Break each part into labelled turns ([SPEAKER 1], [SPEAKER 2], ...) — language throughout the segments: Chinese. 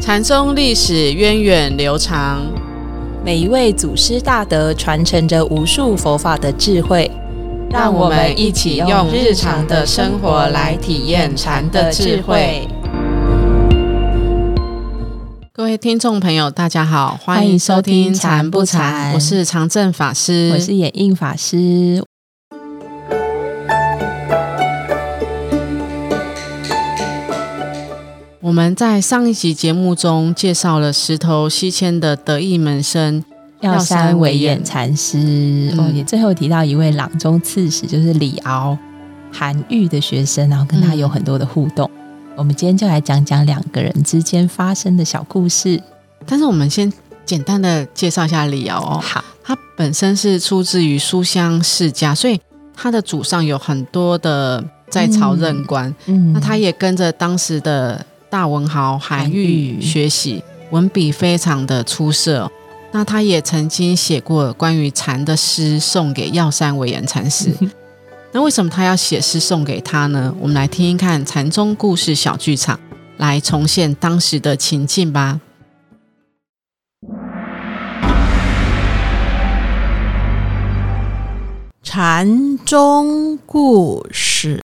[SPEAKER 1] 禅宗历史源远流长，
[SPEAKER 2] 每一位祖师大德传承着无数佛法的智慧，
[SPEAKER 1] 让我们一起用日常的生活来体验禅的智慧。各位听众朋友，大家好，欢迎收听《禅不禅》，我是常正法师，
[SPEAKER 2] 我是演印法师。
[SPEAKER 1] 我们在上一集节目中介绍了石头西迁的得意门生
[SPEAKER 2] 药山惟演禅师，哦，
[SPEAKER 1] 嗯
[SPEAKER 2] 也最后提到一位朗中刺史，就是李敖，韩愈的学生，然后跟他有很多的互动。
[SPEAKER 1] 嗯
[SPEAKER 2] 我们今天就来讲讲两个人之间发生的小故事。
[SPEAKER 1] 但是我们先简单的介绍一下李敖哦，
[SPEAKER 2] 好，
[SPEAKER 1] 他本身是出自于书香世家，所以他的祖上有很多的在朝任官，
[SPEAKER 2] 嗯
[SPEAKER 1] 那他也跟着当时的大文豪韩
[SPEAKER 2] 韩愈
[SPEAKER 1] 愈学习，文笔非常的出色哦。那他也曾经写过关于禅的诗，送给药山惟言禅 师。那为什么他要写诗送给他呢？我们来听一看禅宗故事小剧场，来重现当时的情境吧。
[SPEAKER 3] 禅宗故事。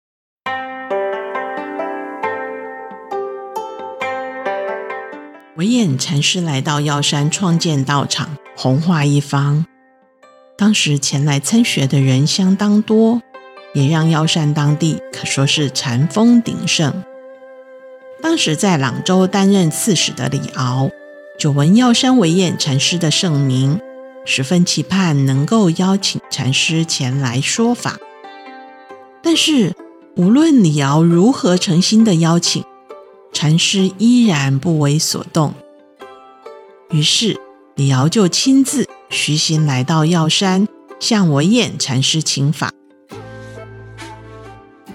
[SPEAKER 3] 惟演禅师来到药山创建道场，红化一方。当时前来参学的人相当多，也让药山当地可说是禅风鼎盛。当时在朗州担任刺史的李敖，久闻药山惟演禅师的盛名，十分期盼能够邀请禅师前来说法。但是，无论李敖如何诚心的邀请，禅师依然不为所动。于是，李敖就亲自徐行来到药山，向我演禅师请法。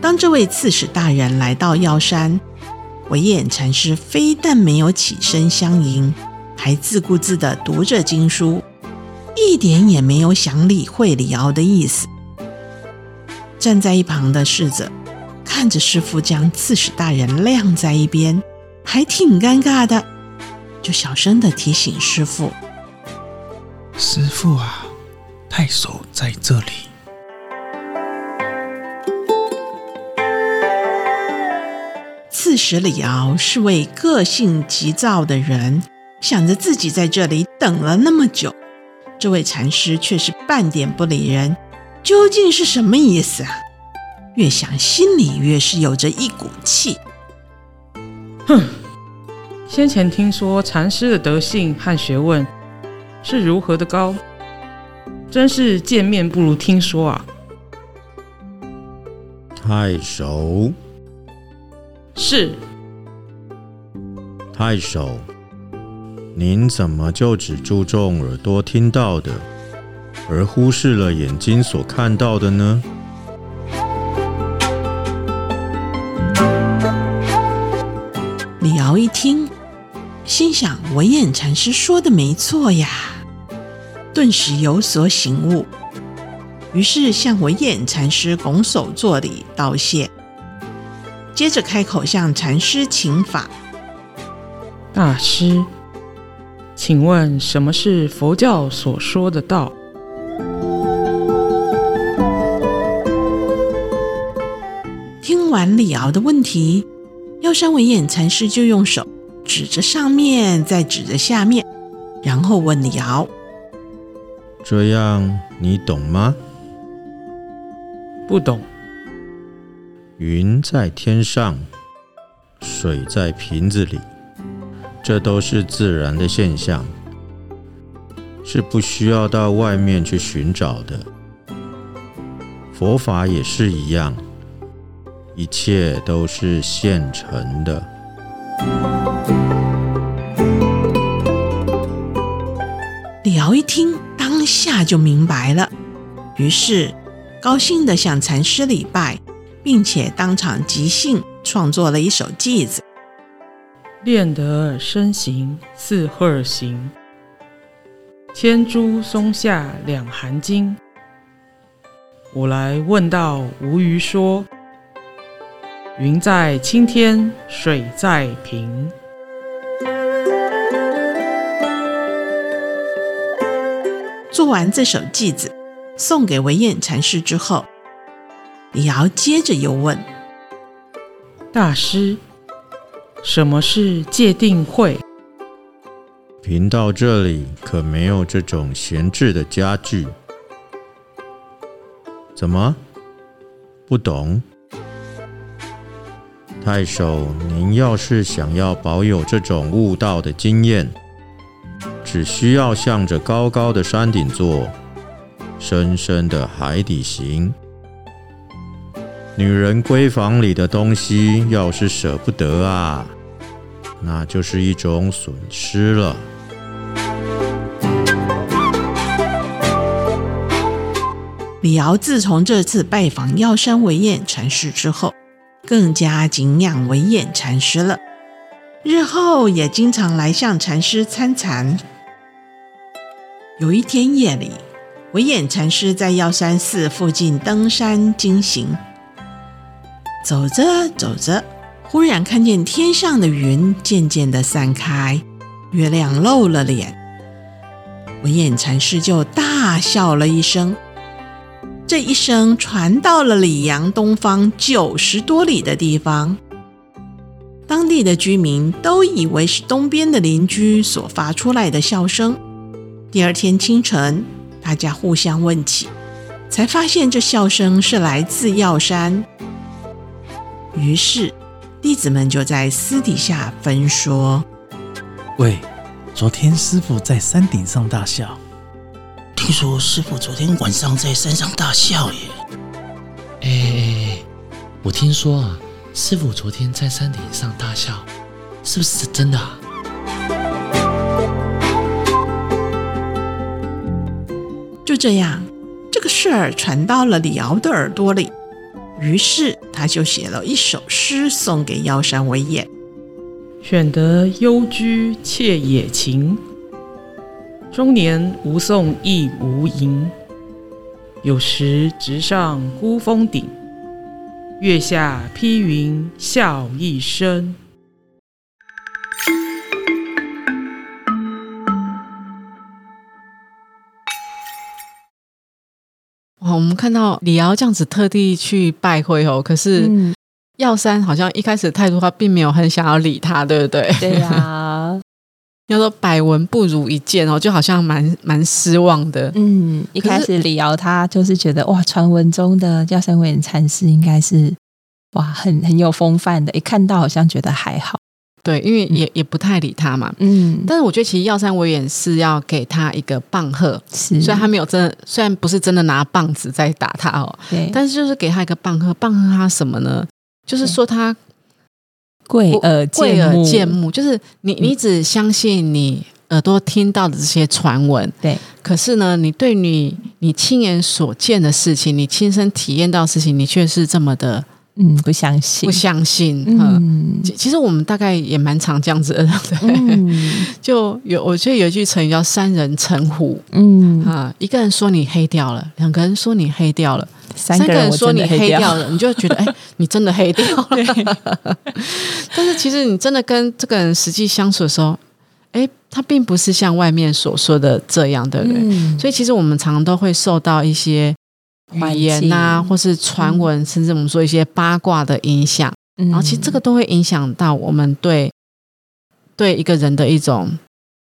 [SPEAKER 3] 当这位刺史大人来到药山，我演禅师非但没有起身相迎，还自顾自地读着经书，一点也没有想理会李敖的意思。站在一旁的侍者看着师傅将刺史大人晾在一边，还挺尴尬的，就小声的提醒师傅。
[SPEAKER 4] 师傅啊，太守在这里。
[SPEAKER 3] 刺史李敖是位个性急躁的人，想着自己在这里等了那么久，这位禅师却是半点不理人，究竟是什么意思啊？越想心里越是有着一股气。
[SPEAKER 5] 先前听说禅师的德性和学问是如何的高，真是见面不如听说啊！
[SPEAKER 6] 太守，
[SPEAKER 5] 是
[SPEAKER 6] 太守，您怎么就只注重耳朵听到的，而忽视了眼睛所看到的呢？
[SPEAKER 3] 李敖一听，心想：文彦禅师说的没错呀，顿时有所醒悟，于是向文彦禅师拱手作礼道谢，接着开口向禅师请法。
[SPEAKER 5] 大师，请问什么是佛教所说的道？
[SPEAKER 3] 听完李敖的问题，药山惟演禅师就用手指着上面，再指着下面，然后问李敖。
[SPEAKER 6] 这样你懂吗？
[SPEAKER 5] 不懂。
[SPEAKER 6] 云在天上，水在瓶子里，这都是自然的现象，是不需要到外面去寻找的。佛法也是一样，一切都是现成的。
[SPEAKER 3] 李敖一听，当下就明白了，于是高兴地向禅师礼拜，并且当场即兴创作了一首偈子。
[SPEAKER 5] 练得身形似鹤儿行，千株松下两寒经。我来问道无余说，云在青天，水在瓶。
[SPEAKER 3] 做完这首偈子，送给惟彦禅师之后，李敖接着又问：
[SPEAKER 5] 大师，什么是界定会？
[SPEAKER 6] 贫道这里可没有这种闲置的家具。怎么？不懂？太守，您要是想要保有这种悟道的经验，只需要向着高高的山顶坐，深深的海底行。女人闺房里的东西，要是舍不得啊，那就是一种损失了。
[SPEAKER 3] 李敖自从这次拜访药山惟彦禅师之后，更加敬仰惟彦禅师了。日后也经常来向禅师参禅。有一天夜里，惟彦禅师在药山寺附近登山经行，走着走着，忽然看见天上的云渐渐的散开，月亮露了脸。惟彦禅师就大笑了一声。这一声传到了里阳东方九十多里的地方，当地的居民都以为是东边的邻居所发出来的笑声。第二天清晨，大家互相问起，才发现这笑声是来自药山。于是，弟子们就在私底下分说。
[SPEAKER 7] 喂，昨天师傅在山顶上大笑，
[SPEAKER 8] 听说师傅昨天晚上在山上大笑耶！
[SPEAKER 9] 哎哎哎，我听说啊，师傅昨天在山顶上大笑，是不是真的、啊？
[SPEAKER 3] 就这样，这个事儿传到了李敖的耳朵里，于是他就写了一首诗送给药山惟彦。
[SPEAKER 5] 选得幽居妾野情，中年无送亦无迎。有时直上孤峰顶，月下披云笑一声。
[SPEAKER 1] 哇，哦我们看到李敖这样子特地去拜会哦，可是
[SPEAKER 2] 嗯，
[SPEAKER 1] 药山好像一开始态度他并没有很想要理他，对不对？
[SPEAKER 2] 对呀、啊，
[SPEAKER 1] 要说百闻不如一见哦，就好像蛮蛮失望的。
[SPEAKER 2] 嗯，一
[SPEAKER 1] 可
[SPEAKER 2] 开
[SPEAKER 1] 是
[SPEAKER 2] 始李敖他就是觉得哇，传闻中的药山惟远禅师应该是哇很很有风范的，一看到好像觉得还好，
[SPEAKER 1] 对，因为也、也不太理他嘛。
[SPEAKER 2] 嗯，
[SPEAKER 1] 但是我觉得其实药山惟远是要给他一个棒喝，
[SPEAKER 2] 是，
[SPEAKER 1] 虽然他没有真的，虽然不是真的拿棒子在打他哦，
[SPEAKER 2] 对，
[SPEAKER 1] 但是就是给他一个棒喝，棒喝他什么呢？就是说他
[SPEAKER 2] 贵耳
[SPEAKER 1] 贵
[SPEAKER 2] 目
[SPEAKER 1] 耳见目，就是你你只相信你耳朵听到的这些传闻，
[SPEAKER 2] 对，
[SPEAKER 1] 可是呢，你对你你亲眼所见的事情，你亲身体验到的事情，你却是这么的
[SPEAKER 2] 嗯，不相信，
[SPEAKER 1] 不相信，嗯。
[SPEAKER 2] 嗯
[SPEAKER 1] 其其实我们大概也蛮常这样子的， 对，
[SPEAKER 2] 嗯
[SPEAKER 1] 就有我觉得有一句成语叫“三人成虎”
[SPEAKER 2] 嗯，
[SPEAKER 1] 啊，一个人说你黑掉了，两个人说你黑掉了，
[SPEAKER 2] 三
[SPEAKER 1] 个
[SPEAKER 2] 个人
[SPEAKER 1] 人
[SPEAKER 2] 我
[SPEAKER 1] 说
[SPEAKER 2] 真
[SPEAKER 1] 你
[SPEAKER 2] 的黑
[SPEAKER 1] 黑
[SPEAKER 2] 掉，
[SPEAKER 1] 了，你就觉得哎、你真的黑掉 了。但是其实你真的跟这个人实际相处的时候，哎、他并不是像外面所说的这样，对不对？
[SPEAKER 2] 嗯，
[SPEAKER 1] 所以其实我们常都会受到一些
[SPEAKER 2] 环
[SPEAKER 1] 语言啊呐、
[SPEAKER 2] 境嗯
[SPEAKER 1] 或是传闻，甚至我们说一些八卦的影响。
[SPEAKER 2] 然
[SPEAKER 1] 然后其实这个都会影响到我们对对一个人的一种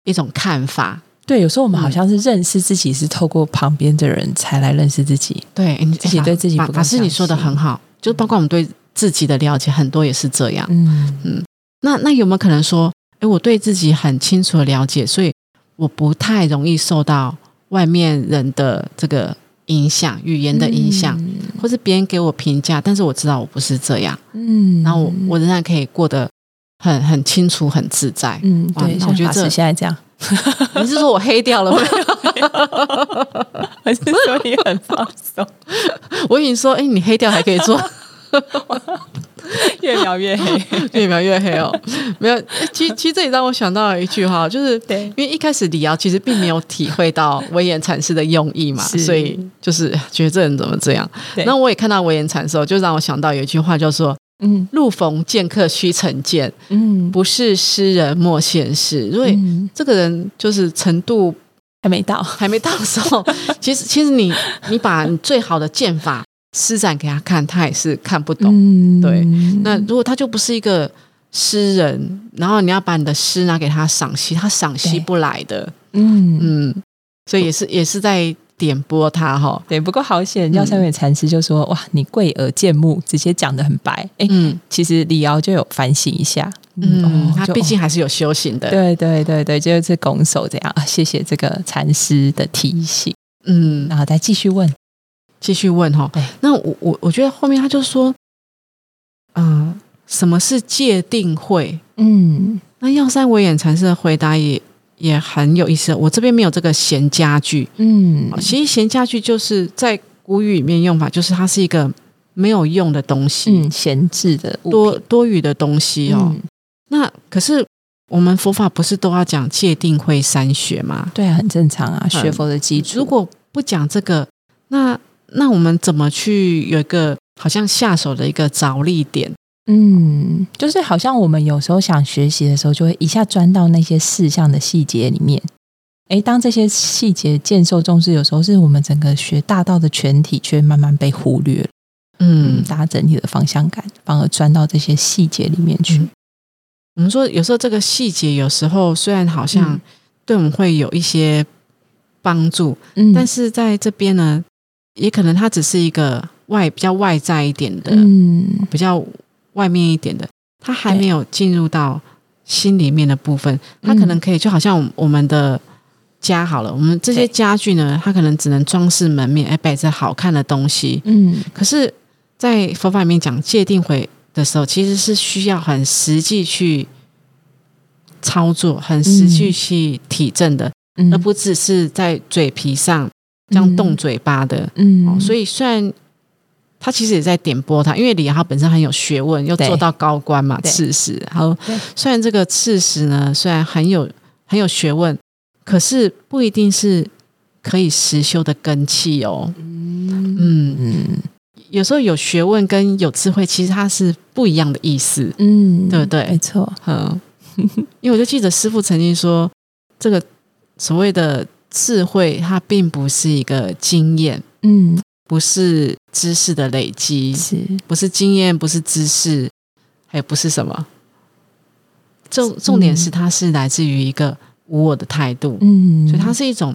[SPEAKER 1] 一种看法。
[SPEAKER 2] 对，有时候我们
[SPEAKER 1] 嗯
[SPEAKER 2] 好像是认识自己，是透过旁边的人才来认识自己。
[SPEAKER 1] 对，你
[SPEAKER 2] 自己
[SPEAKER 1] 哎
[SPEAKER 2] 对自己
[SPEAKER 1] 法
[SPEAKER 2] 不够
[SPEAKER 1] 法师你
[SPEAKER 2] 相
[SPEAKER 1] 说的
[SPEAKER 2] 信
[SPEAKER 1] 很好，就包括我们对自己的了解，很多也是这样。
[SPEAKER 2] 嗯
[SPEAKER 1] 那那有没有可能说，哎，我对自己很清楚的了解，所以我不太容易受到外面人的这个影响、语言的影响，，
[SPEAKER 2] 嗯
[SPEAKER 1] 或是别人给我评价，但是我知道我不是这样，
[SPEAKER 2] 嗯，
[SPEAKER 1] 然后我我仍然可以过得很很清楚、很自在。
[SPEAKER 2] 嗯，
[SPEAKER 1] 哇
[SPEAKER 2] 对，
[SPEAKER 1] 那
[SPEAKER 2] 像
[SPEAKER 1] 我觉得
[SPEAKER 2] 法师
[SPEAKER 1] 这
[SPEAKER 2] 现 在这样，
[SPEAKER 1] 你是说我黑掉了吗？
[SPEAKER 2] 还是说你很放松，
[SPEAKER 1] 我以为你说，哎，你黑掉还可以 做，
[SPEAKER 2] 越描 越黑。
[SPEAKER 1] 越描越黑哦。没有，诶其其实这也让我想到了一句话，就是
[SPEAKER 2] 对
[SPEAKER 1] 因为一开始李敖其实并没有体会到威严禅师的用意嘛，
[SPEAKER 2] 是
[SPEAKER 1] 所以就是觉得这人怎么这样
[SPEAKER 2] 对。
[SPEAKER 1] 那我也看到威严禅师，哦，就让我想到有一句话叫做
[SPEAKER 2] 嗯
[SPEAKER 1] “路逢剑客须成剑，
[SPEAKER 2] 嗯，
[SPEAKER 1] 不是诗人莫现世”，因为
[SPEAKER 2] 嗯
[SPEAKER 1] 这个人就是程度
[SPEAKER 2] 还没到，
[SPEAKER 1] 还没到手。其实，其实你你把你最好的剑法施展给他看，他也是看不懂。
[SPEAKER 2] 嗯
[SPEAKER 1] 对那如果他就不是一个诗人，然后你要把你的诗拿给他赏析，他赏析
[SPEAKER 2] 对
[SPEAKER 1] 不来的。
[SPEAKER 2] 嗯嗯，
[SPEAKER 1] 嗯，所以也是也是在点拨他哈。
[SPEAKER 2] 对。不过好险，药山尾禅师就说：“哇，你贵而见木，直接讲的很白。”哎，
[SPEAKER 1] 嗯
[SPEAKER 2] 其实李敖就有反省一下，
[SPEAKER 1] 嗯
[SPEAKER 2] 哦，
[SPEAKER 1] 他
[SPEAKER 2] 就哦
[SPEAKER 1] 毕竟还是有修行的。
[SPEAKER 2] 对对对对，就是拱手这样啊，谢谢这个禅师的提醒，
[SPEAKER 1] 嗯，
[SPEAKER 2] 然后再继续问，
[SPEAKER 1] 继续问哈
[SPEAKER 2] 对。
[SPEAKER 1] 那我我我觉得后面他就说，嗯、什么是界定会？
[SPEAKER 2] 嗯，
[SPEAKER 1] 那药山维眼禅师的回答也也很有意思。我这边没有这个闲家具，
[SPEAKER 2] 嗯
[SPEAKER 1] 哦，其实闲家具就是在古语里面用法，就是它是一个没有用的东西，
[SPEAKER 2] 嗯，闲置的物
[SPEAKER 1] 多多余的东西
[SPEAKER 2] 品
[SPEAKER 1] 哦。
[SPEAKER 2] 嗯
[SPEAKER 1] 那可是我们佛法不是都要讲界定会三学吗？
[SPEAKER 2] 对啊，很正常啊，学佛的基
[SPEAKER 1] 嗯
[SPEAKER 2] 础。
[SPEAKER 1] 如果不讲这个，那那我们怎么去有一个好像下手的一个着力点？
[SPEAKER 2] 嗯，就是好像我们有时候想学习的时候，就会一下钻到那些事项的细节里面。诶，当这些细节渐受重视，有时候是我们整个学大道的全体却慢慢被忽略了。
[SPEAKER 1] 嗯
[SPEAKER 2] 嗯，，大家整体的方向感，反而钻到这些细节里面去。
[SPEAKER 1] 嗯我们说有时候这个细节，有时候虽然好像
[SPEAKER 2] 嗯
[SPEAKER 1] 对我们会有一些帮助，
[SPEAKER 2] 嗯
[SPEAKER 1] 但是在这边呢，也可能它只是一个外比较外在一点的，
[SPEAKER 2] 嗯，
[SPEAKER 1] 比较外面一点的，它还没有进入到心里面的部分，它可能可以就好像我们我们的。家好了，我们这些
[SPEAKER 2] 对
[SPEAKER 1] 家具呢，它可能只能装饰门面，哎，摆着好看的东西。
[SPEAKER 2] 嗯，
[SPEAKER 1] 可是，在佛法里面讲界定回的时候，其实是需要很实际去操作，很实际
[SPEAKER 2] 嗯
[SPEAKER 1] 去体证的，
[SPEAKER 2] 嗯
[SPEAKER 1] 而不只是在嘴皮上这样动嘴巴的。
[SPEAKER 2] 嗯，
[SPEAKER 1] 哦，所
[SPEAKER 2] 以
[SPEAKER 1] 以虽然他其实也在点拨他，因为李敖他本身很有学问，又
[SPEAKER 2] 对
[SPEAKER 1] 做到高官嘛，
[SPEAKER 2] 对
[SPEAKER 1] 刺史。然后
[SPEAKER 2] 对
[SPEAKER 1] 虽然这个刺史呢，虽然很有很有学问，可是不一定是可以实修的根器哦。嗯，
[SPEAKER 2] 嗯
[SPEAKER 1] 有时候有学问跟有智慧，其实它是不一样的意思。
[SPEAKER 2] 嗯，
[SPEAKER 1] 对不对
[SPEAKER 2] 没错，
[SPEAKER 1] 嗯， 因为我就记得师傅曾经说，这个所谓的智慧，它并不是一个经验，
[SPEAKER 2] 嗯，
[SPEAKER 1] 不是知识的累积，
[SPEAKER 2] 是
[SPEAKER 1] 不是经验，不是知识，还有不是什么。重重点是，它是来自于一个无我的态度，
[SPEAKER 2] 嗯，
[SPEAKER 1] 所以它是一种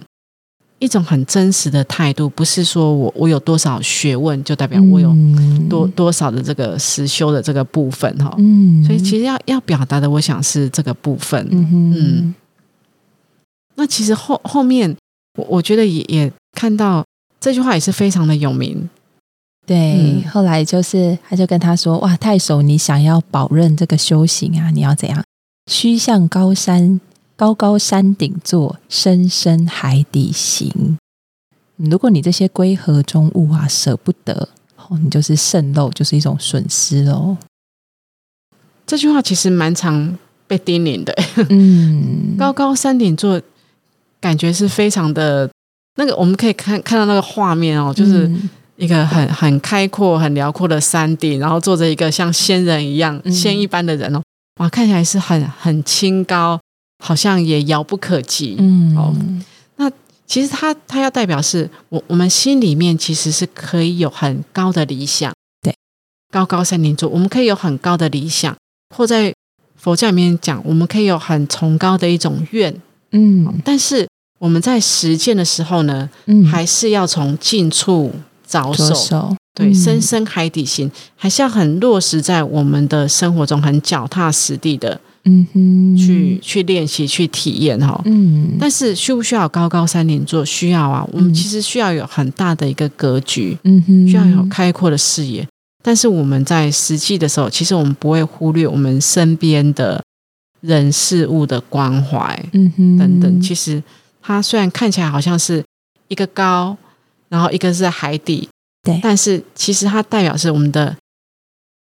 [SPEAKER 1] 一种很真实的态度，不是说我我有多少学问就代表我有
[SPEAKER 2] 嗯
[SPEAKER 1] 多、多少的这个实修的这个部分哈、
[SPEAKER 2] 嗯，
[SPEAKER 1] 所以其实要要表达的，我想是这个部分。
[SPEAKER 2] 嗯哼
[SPEAKER 1] 嗯那其实后后面，我我觉得也也看到这句话也是非常的有名。
[SPEAKER 2] 对，
[SPEAKER 1] 嗯
[SPEAKER 2] 后来就是他就跟他说：“哇，太守，你想要保任这个修行啊，你要怎样？须向高山高高山顶坐，深深海底行。嗯如果你这些归合中物啊舍不得，哦，你就是渗漏，就是一种损失喽。
[SPEAKER 1] 这句话其实蛮常被叮咛的。
[SPEAKER 2] 嗯，
[SPEAKER 1] 高高山顶坐，感觉是非常的那个，我们可以看看到那个画面哦，就是
[SPEAKER 2] 嗯
[SPEAKER 1] 一个很很开阔、很辽阔的山顶，然后坐着一个像仙人一样、
[SPEAKER 2] 嗯
[SPEAKER 1] 仙一般的人哦，哇，看起来是很很清高，好像也遥不可及。
[SPEAKER 2] 嗯，
[SPEAKER 1] 哦其实他他要代表是我我们心里面其实是可以有很高的理想，
[SPEAKER 2] 对，
[SPEAKER 1] 高高山顶坐，我们可以有很高的理想，或在佛教里面讲，我们可以有很崇高的一种愿，
[SPEAKER 2] 嗯
[SPEAKER 1] 但是我们在实践的时候呢，
[SPEAKER 2] 嗯，
[SPEAKER 1] 还是要从近处着手，
[SPEAKER 2] 着手，
[SPEAKER 1] 对，
[SPEAKER 2] 嗯
[SPEAKER 1] 深深海底心，还是要很落实在我们的生活中，很脚踏实地的
[SPEAKER 2] 嗯哼，
[SPEAKER 1] 去、去练习、去体验哈、
[SPEAKER 2] 嗯，
[SPEAKER 1] 但是需不需要有高高山顶座？需要啊，我们
[SPEAKER 2] 嗯
[SPEAKER 1] 其实需要有很大的一个格局，
[SPEAKER 2] 嗯哼，
[SPEAKER 1] 需要有开阔的视野。但是我们在实际的时候，其实我们不会忽略我们身边的人事物的关怀。
[SPEAKER 2] 嗯哼
[SPEAKER 1] 等等。其实它虽然看起来好像是一个高，然后一个是在海底，
[SPEAKER 2] 对
[SPEAKER 1] 但是其实它代表是我们的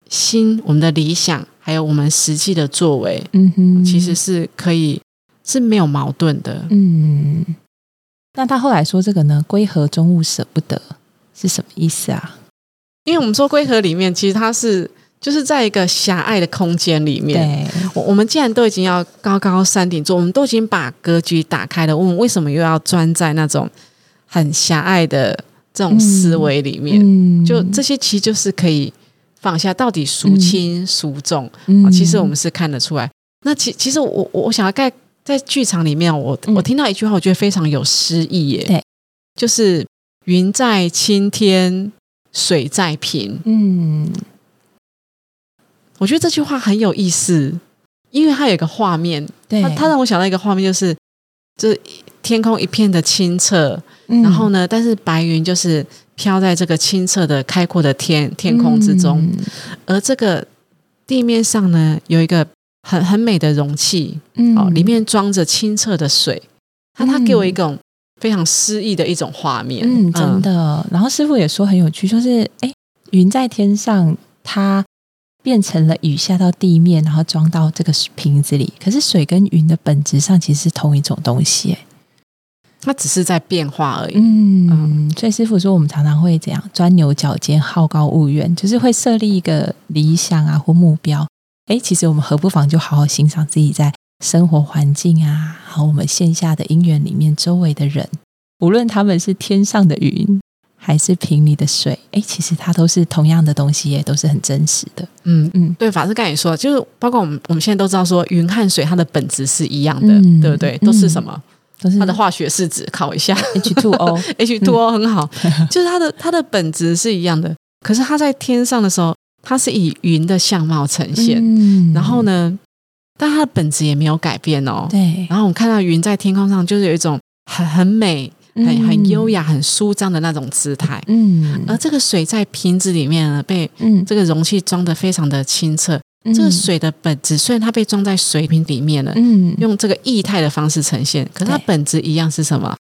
[SPEAKER 1] 心、我们的理想，还有我们实际的作为，
[SPEAKER 2] 嗯哼，
[SPEAKER 1] 其实是可以是没有矛盾的。
[SPEAKER 2] 嗯，那他后来说这个呢，归合中物舍不得是什么意思啊？
[SPEAKER 1] 因为我们说龟壳里面，其实它是就是在一个狭隘的空间里面。
[SPEAKER 2] 对，
[SPEAKER 1] 我我们既然都已经要高高山顶坐，我们都已经把格局打开了，我们为什么又要钻在那种很狭隘的这种思维里面？
[SPEAKER 2] 嗯
[SPEAKER 1] 就这啊些其实就是可以放下，到底孰轻孰重、哦，
[SPEAKER 2] 嗯
[SPEAKER 1] 其实我们是看得出来。那其其实我我我想要在在剧场里面，我、
[SPEAKER 2] 嗯
[SPEAKER 1] 我听到一句话，我觉得非常有诗意耶，
[SPEAKER 2] 对，
[SPEAKER 1] 就是云在青天，水在平。
[SPEAKER 2] 嗯
[SPEAKER 1] 我觉得这句话很有意思，因为它有一个画面，
[SPEAKER 2] 对，
[SPEAKER 1] 它它让我想到一个画面，就是就是天空一片的清澈，
[SPEAKER 2] 嗯
[SPEAKER 1] 然后呢，但是白云就是飘在这个清澈的开阔的天天空之中，
[SPEAKER 2] 嗯
[SPEAKER 1] 而这个地面上呢有一个很很美的容器，
[SPEAKER 2] 嗯
[SPEAKER 1] 哦，里面装着清澈的水，它它
[SPEAKER 2] 嗯
[SPEAKER 1] 给我一种非常诗意的一种画面，
[SPEAKER 2] 嗯真，的。然后师傅也说很有趣，就是哎，云在天上，它变成了雨下到地面，然后装到这个瓶子里。可是水跟云的本质上其实是同一种东西，哎
[SPEAKER 1] 嗯它只是在变化而已，
[SPEAKER 2] 嗯，所以师傅说，我们常常会怎样钻牛角尖、好高骛远，就是会设立一个理想啊或目标。哎，其实我们何不妨就好好欣赏自己在生活环境啊，和我们线下的因缘里面周围的人，无论他们是天上的云还是瓶里的水，哎，其实它都是同样的东西耶，也都是很真实的。
[SPEAKER 1] 嗯。
[SPEAKER 2] 嗯
[SPEAKER 1] 对，法师刚才也说，就是包括我们我们现在都知道说，云和水它的本质是一样的，
[SPEAKER 2] 嗯嗯
[SPEAKER 1] 对不对？都是什么？
[SPEAKER 2] 都是
[SPEAKER 1] 它的化学式子考一下
[SPEAKER 2] H two O，
[SPEAKER 1] H two O 很 好，就是它的它的本质是一样的，可是它在天上的时候，它是以云的相貌呈现，
[SPEAKER 2] 嗯
[SPEAKER 1] 然后？呢，但它的本质也没有改变哦。
[SPEAKER 2] 对，
[SPEAKER 1] 然后我们看到云在天空上，就是有一种很很美、很很优雅、很舒张的那种姿态。
[SPEAKER 2] 嗯。
[SPEAKER 1] 而
[SPEAKER 2] 嗯
[SPEAKER 1] 这个水在瓶子里面呢，被
[SPEAKER 2] 嗯，
[SPEAKER 1] 这个容器装得非常的清澈。这个
[SPEAKER 2] 嗯，
[SPEAKER 1] 水的本质虽然它被装在水瓶里面了，
[SPEAKER 2] 嗯，用
[SPEAKER 1] 用这个液态的方式呈现，可是它
[SPEAKER 2] 对
[SPEAKER 1] 本质一样是什么？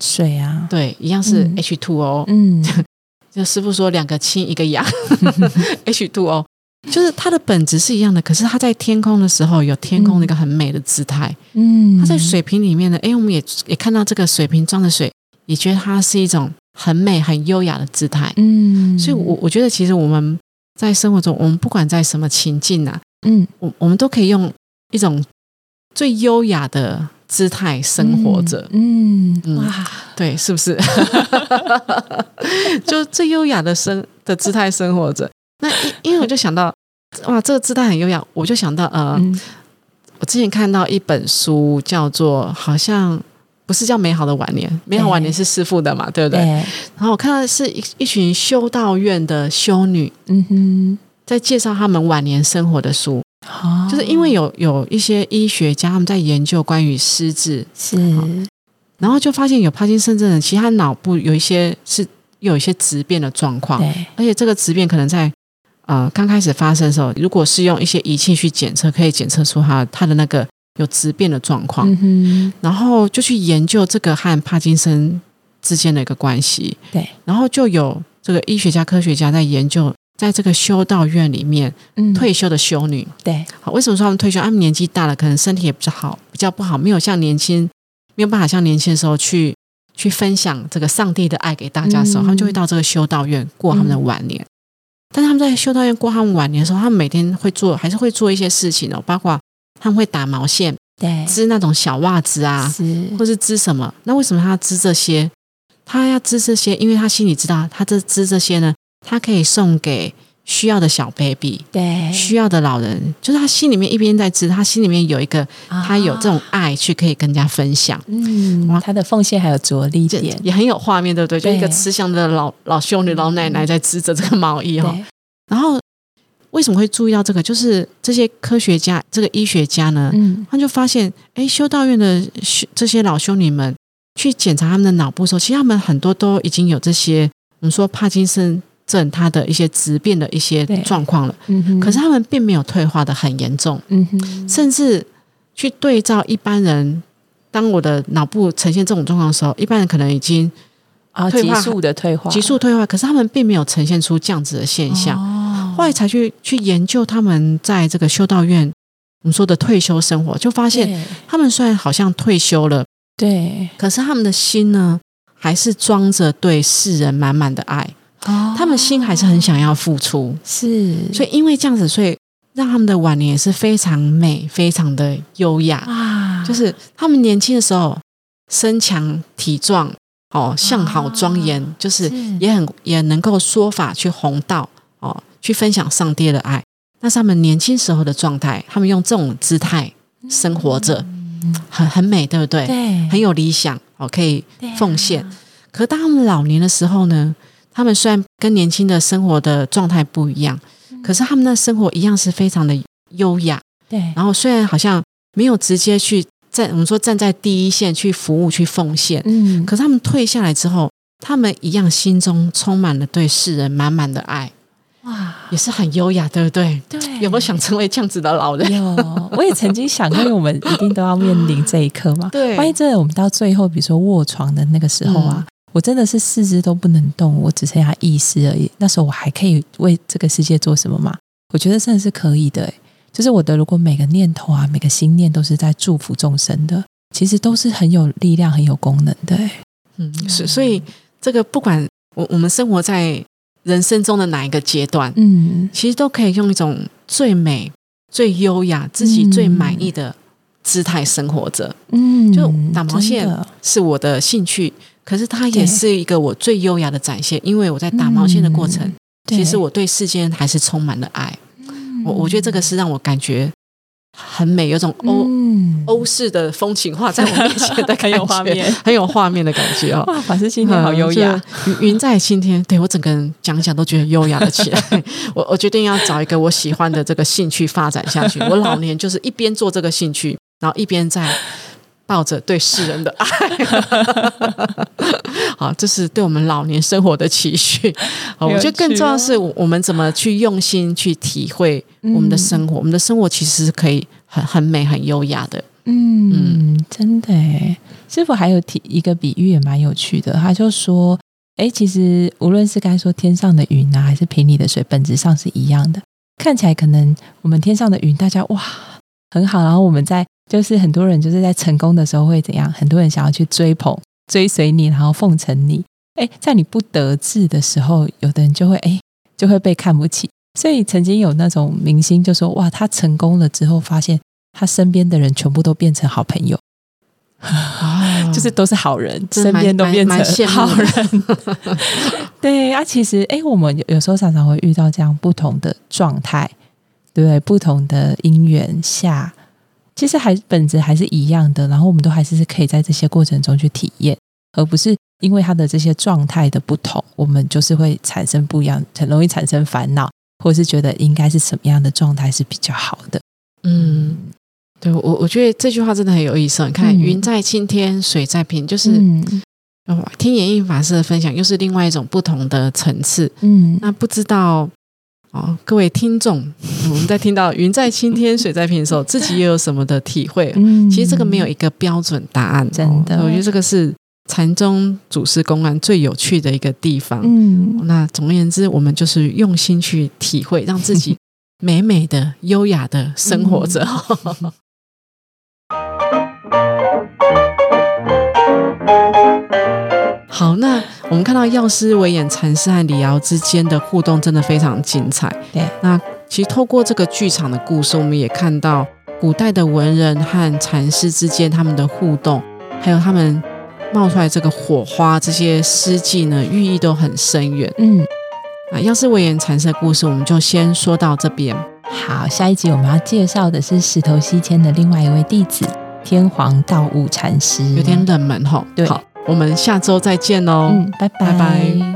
[SPEAKER 2] 水啊，
[SPEAKER 1] 对，一样是
[SPEAKER 2] 嗯
[SPEAKER 1] H two O。
[SPEAKER 2] 嗯，
[SPEAKER 1] 就师傅说两个氢一个氧 ，H two O，就是它的本质是一样的，可是它在天空的时候有天空的一个很美的姿态。
[SPEAKER 2] 嗯，
[SPEAKER 1] 它在水瓶里面呢，诶，我们也也看到这个水瓶装的水，也觉得它是一种很美、很优雅的姿态。
[SPEAKER 2] 嗯，
[SPEAKER 1] 所以我，我觉得其实我们在生活中，我们不管在什么情境啊，
[SPEAKER 2] 嗯
[SPEAKER 1] 我我们都可以用一种最优雅的姿态生活着。
[SPEAKER 2] 嗯
[SPEAKER 1] 嗯
[SPEAKER 2] 嗯哇，
[SPEAKER 1] 对，是不是？ 就最优雅的生的姿态生活着。那因因为我就想到，哇，这个姿态很优雅，我就想到呃，
[SPEAKER 2] 嗯
[SPEAKER 1] 我之前看到一本书叫做好像。不是叫美好的晚年，美好晚年是师傅的嘛，对不对？
[SPEAKER 2] 对，
[SPEAKER 1] 然后我看到是一一群修道院的修女
[SPEAKER 2] 嗯哼，
[SPEAKER 1] 在介绍他们晚年生活的书，
[SPEAKER 2] 好，
[SPEAKER 1] 就是因为有有一些医学家他们在研究关于失智，
[SPEAKER 2] 是
[SPEAKER 1] 然后就发现有帕金森症的人，其实他脑部有一些是有一些质变的状况，
[SPEAKER 2] 对，
[SPEAKER 1] 而且这个质变可能在呃刚开始发生的时候，如果是用一些仪器去检测，可以检测出他他的那个有质变的状况，
[SPEAKER 2] 嗯哼，
[SPEAKER 1] 然后就去研究这个和帕金森之间的一个关系，
[SPEAKER 2] 对，
[SPEAKER 1] 然后就有这个医学家、科学家在研究。在这个修道院里面，
[SPEAKER 2] 嗯，
[SPEAKER 1] 退休的修女，
[SPEAKER 2] 对，
[SPEAKER 1] 好，为什么说他们退休？他们年纪大了，可能身体也比较好，比较不好，没有像年轻，没有办法像年轻的时候去去分享这个上帝的爱给大家的时候，
[SPEAKER 2] 嗯
[SPEAKER 1] 他们就会到这个修道院过他们的晚年。但他们在修道院过他们晚年的时候，他们每天会做，还是会做一些事情哦，包括他们会打毛线、
[SPEAKER 2] 对，
[SPEAKER 1] 织那种小袜子啊，
[SPEAKER 2] 是
[SPEAKER 1] 或是织什么。那为什么他要织这些？他要织这些，因为他心里知道，他这织这些呢，他可以送给需要的小 baby。
[SPEAKER 2] 对，
[SPEAKER 1] 需要的老人，就是他心里面一边在织，他心里面有一个，
[SPEAKER 2] 啊
[SPEAKER 1] 他有这种爱去可以跟人家分享，
[SPEAKER 2] 嗯，
[SPEAKER 1] 哇
[SPEAKER 2] 他的奉献还有着力
[SPEAKER 1] 这
[SPEAKER 2] 点，
[SPEAKER 1] 也很有画面，对不对？就
[SPEAKER 2] 对
[SPEAKER 1] 一个慈祥的老老修女、老奶奶在织着这个毛衣哈。
[SPEAKER 2] 对，
[SPEAKER 1] 然后为什么会注意到这个？就是这些科学家、这个医学家呢，
[SPEAKER 2] 嗯，
[SPEAKER 1] 他就发现，哎，修道院的修这些老修女们去检查他们的脑部的时候，其实他们很多都已经有这些我们说帕金森症它的一些质变的一些
[SPEAKER 2] 对
[SPEAKER 1] 状况了，
[SPEAKER 2] 嗯哼，
[SPEAKER 1] 可是，他们并没有退化的很严重。
[SPEAKER 2] 嗯哼，
[SPEAKER 1] 甚至去对照一般人，当我的脑部呈现这种状况的时候，一般人可能已经
[SPEAKER 2] 啊，
[SPEAKER 1] 退
[SPEAKER 2] 急
[SPEAKER 1] 化
[SPEAKER 2] 速的退化，
[SPEAKER 1] 急速退化，可是他们并没有呈现出这样子的现象。
[SPEAKER 2] 哦，
[SPEAKER 1] 后来才去去研究他们在这个修道院我们说的退休生活，就发现
[SPEAKER 2] 对
[SPEAKER 1] 他们虽然好像退休了，
[SPEAKER 2] 对
[SPEAKER 1] 可是他们的心呢，还是装着对世人满满的爱。
[SPEAKER 2] 哦
[SPEAKER 1] 他们心还是很想要付出，
[SPEAKER 2] 是，
[SPEAKER 1] 所以因为这样子，所以让他们的晚年也是非常美，非常的优雅。
[SPEAKER 2] 啊，
[SPEAKER 1] 就是他们年轻的时候身强体壮，哦，相好庄严，就是
[SPEAKER 2] 哦是
[SPEAKER 1] 也很也能够说法去弘道，哦，去分享上帝的爱。那是他们年轻时候的状态，他们用这种姿态生活着，很很美，对不对？
[SPEAKER 2] 嗯对，
[SPEAKER 1] 很有理想，哦，可以
[SPEAKER 2] 对啊
[SPEAKER 1] 奉献。可当他们老年的时候呢，他们虽然跟年轻的生活的状态不一样，
[SPEAKER 2] 嗯
[SPEAKER 1] 可是他们的生活一样是非常的优雅。
[SPEAKER 2] 对，
[SPEAKER 1] 然后虽然好像没有直接去站，我们说站在第一线去服务、去奉献，
[SPEAKER 2] 嗯，
[SPEAKER 1] 可是他们退下来之后，他们一样心中充满了对世人满满的爱，
[SPEAKER 2] 哇，
[SPEAKER 1] 也是很优雅，对不对？
[SPEAKER 2] 对，
[SPEAKER 1] 有没有想成为这样子的老 人？
[SPEAKER 2] 有，我也曾经想过，因为我们一定都要面临这一刻嘛。
[SPEAKER 1] 对
[SPEAKER 2] 万一真的我们到最后，比如说卧床的那个时候啊，我真的是四肢都不能动，我只剩下意识而已。那时候我还可以为这个世界做什么吗？我觉得真的是可以的、欸。就是我的，如果每个念头啊，每个心念都是在祝福众生的，其实都是很有力量、很有功能的、欸。
[SPEAKER 1] 嗯，是，所以这个不管我我们生活在人生中的哪一个阶段，
[SPEAKER 2] 嗯，
[SPEAKER 1] 其实都可以用一种最美、最优雅、自己最满意的姿态生活着。
[SPEAKER 2] 嗯，
[SPEAKER 1] 就打毛线
[SPEAKER 2] 真的
[SPEAKER 1] 是我的兴趣，可是它
[SPEAKER 2] 对
[SPEAKER 1] 也是一个我最优雅的展现，因为我在打毛线的过程，
[SPEAKER 2] 嗯
[SPEAKER 1] 其实
[SPEAKER 2] 对嗯
[SPEAKER 1] 我对世间还是充满了爱。我我觉得这个是让我感觉很美，有种欧、
[SPEAKER 2] 嗯
[SPEAKER 1] 欧式的风情画哦在我面前的感
[SPEAKER 2] 很
[SPEAKER 1] 觉，
[SPEAKER 2] 有画面
[SPEAKER 1] 很有画面的感觉哦。
[SPEAKER 2] 哇，法师今天好优雅，
[SPEAKER 1] 嗯，就云云在青天，对我整个人讲讲都觉得优雅了起来。 我我决定要找一个我喜欢的这个兴趣发展下去。 我老年就是一边做这个兴趣，然后一边在抱着对世人的爱。 好，这是对我们老年生活的期许。好，
[SPEAKER 2] 啊
[SPEAKER 1] 我觉得更重要的是，我我们怎么去用心去体会我们的生活。我们的生活其实是可以很很美、很优雅的。
[SPEAKER 2] 嗯，真的耶。师傅还有提一个比喻也蛮有趣的，他就说，哎，其实无论是该说天上的云啊，还是平里的水，本质上是一样的。看起来可能我们天上的云，大家哇很好，然后我们在就是很多人就是在成功的时候会怎样？很多人想要去追捧、追随你，然后奉承你。哎，在你不得志的时候，有的人就会哎就会被看不起。所以曾经有那种明星就说，哇，他成功了之后，发现他身边的人全部都变成好朋友，
[SPEAKER 1] 哦
[SPEAKER 2] 就是都是好人，
[SPEAKER 1] 真
[SPEAKER 2] 啊身边
[SPEAKER 1] 蛮
[SPEAKER 2] 都变
[SPEAKER 1] 蛮蛮羡
[SPEAKER 2] 成
[SPEAKER 1] 慕
[SPEAKER 2] 好
[SPEAKER 1] 的
[SPEAKER 2] 人。对啊，其实哎、诶我们有有时候常常会遇到这样不同的状态，对不对？不同的因缘下，其实还本质还是一样的，然后我们都还是是可以在这些过程中去体验，而不是因为他的这些状态的不同，我们就是会产生不一样，很容易产生烦恼，或是觉得应该是什么样的状态是比较好的。
[SPEAKER 1] 嗯，对我我觉得这句话真的很有意思哦。你看，
[SPEAKER 2] 嗯
[SPEAKER 1] 云在青天，水在平，就是、
[SPEAKER 2] 嗯
[SPEAKER 1] 哦听演艺法师的分享，又是另外一种不同的层次。
[SPEAKER 2] 嗯，
[SPEAKER 1] 那不知道哦，各位听众，我们在听到“云在青天，水在平”的时候，自己又有什么的体会？
[SPEAKER 2] 嗯
[SPEAKER 1] 其实这个没有一个标准答案哦、
[SPEAKER 2] 真的
[SPEAKER 1] 我觉得这个是禅宗祖师公案最有趣的一个地方。哦
[SPEAKER 2] 嗯，
[SPEAKER 1] 那总而言之，我们就是用心去体会，让自己美美的、优雅的生活着。 好，那我们看到药师维演禅师和李敖之间的互动真的非常精彩。
[SPEAKER 2] 对，
[SPEAKER 1] 那其实透过这个剧场的故事，我们也看到古代的文人和禅师之间他们的互动，还有他们冒出来这个火花，这些诗句呢，寓意都很深远。
[SPEAKER 2] 嗯，
[SPEAKER 1] 啊，药师维言禅师的故事，我们就先说到这边。
[SPEAKER 2] 好，下一集我们要介绍的是石头西迁的另外一位弟子天皇道悟禅师，
[SPEAKER 1] 有点冷门哈。
[SPEAKER 2] 嗯对
[SPEAKER 1] 好，我们下周再见喽。哦
[SPEAKER 2] 嗯，拜
[SPEAKER 1] 拜拜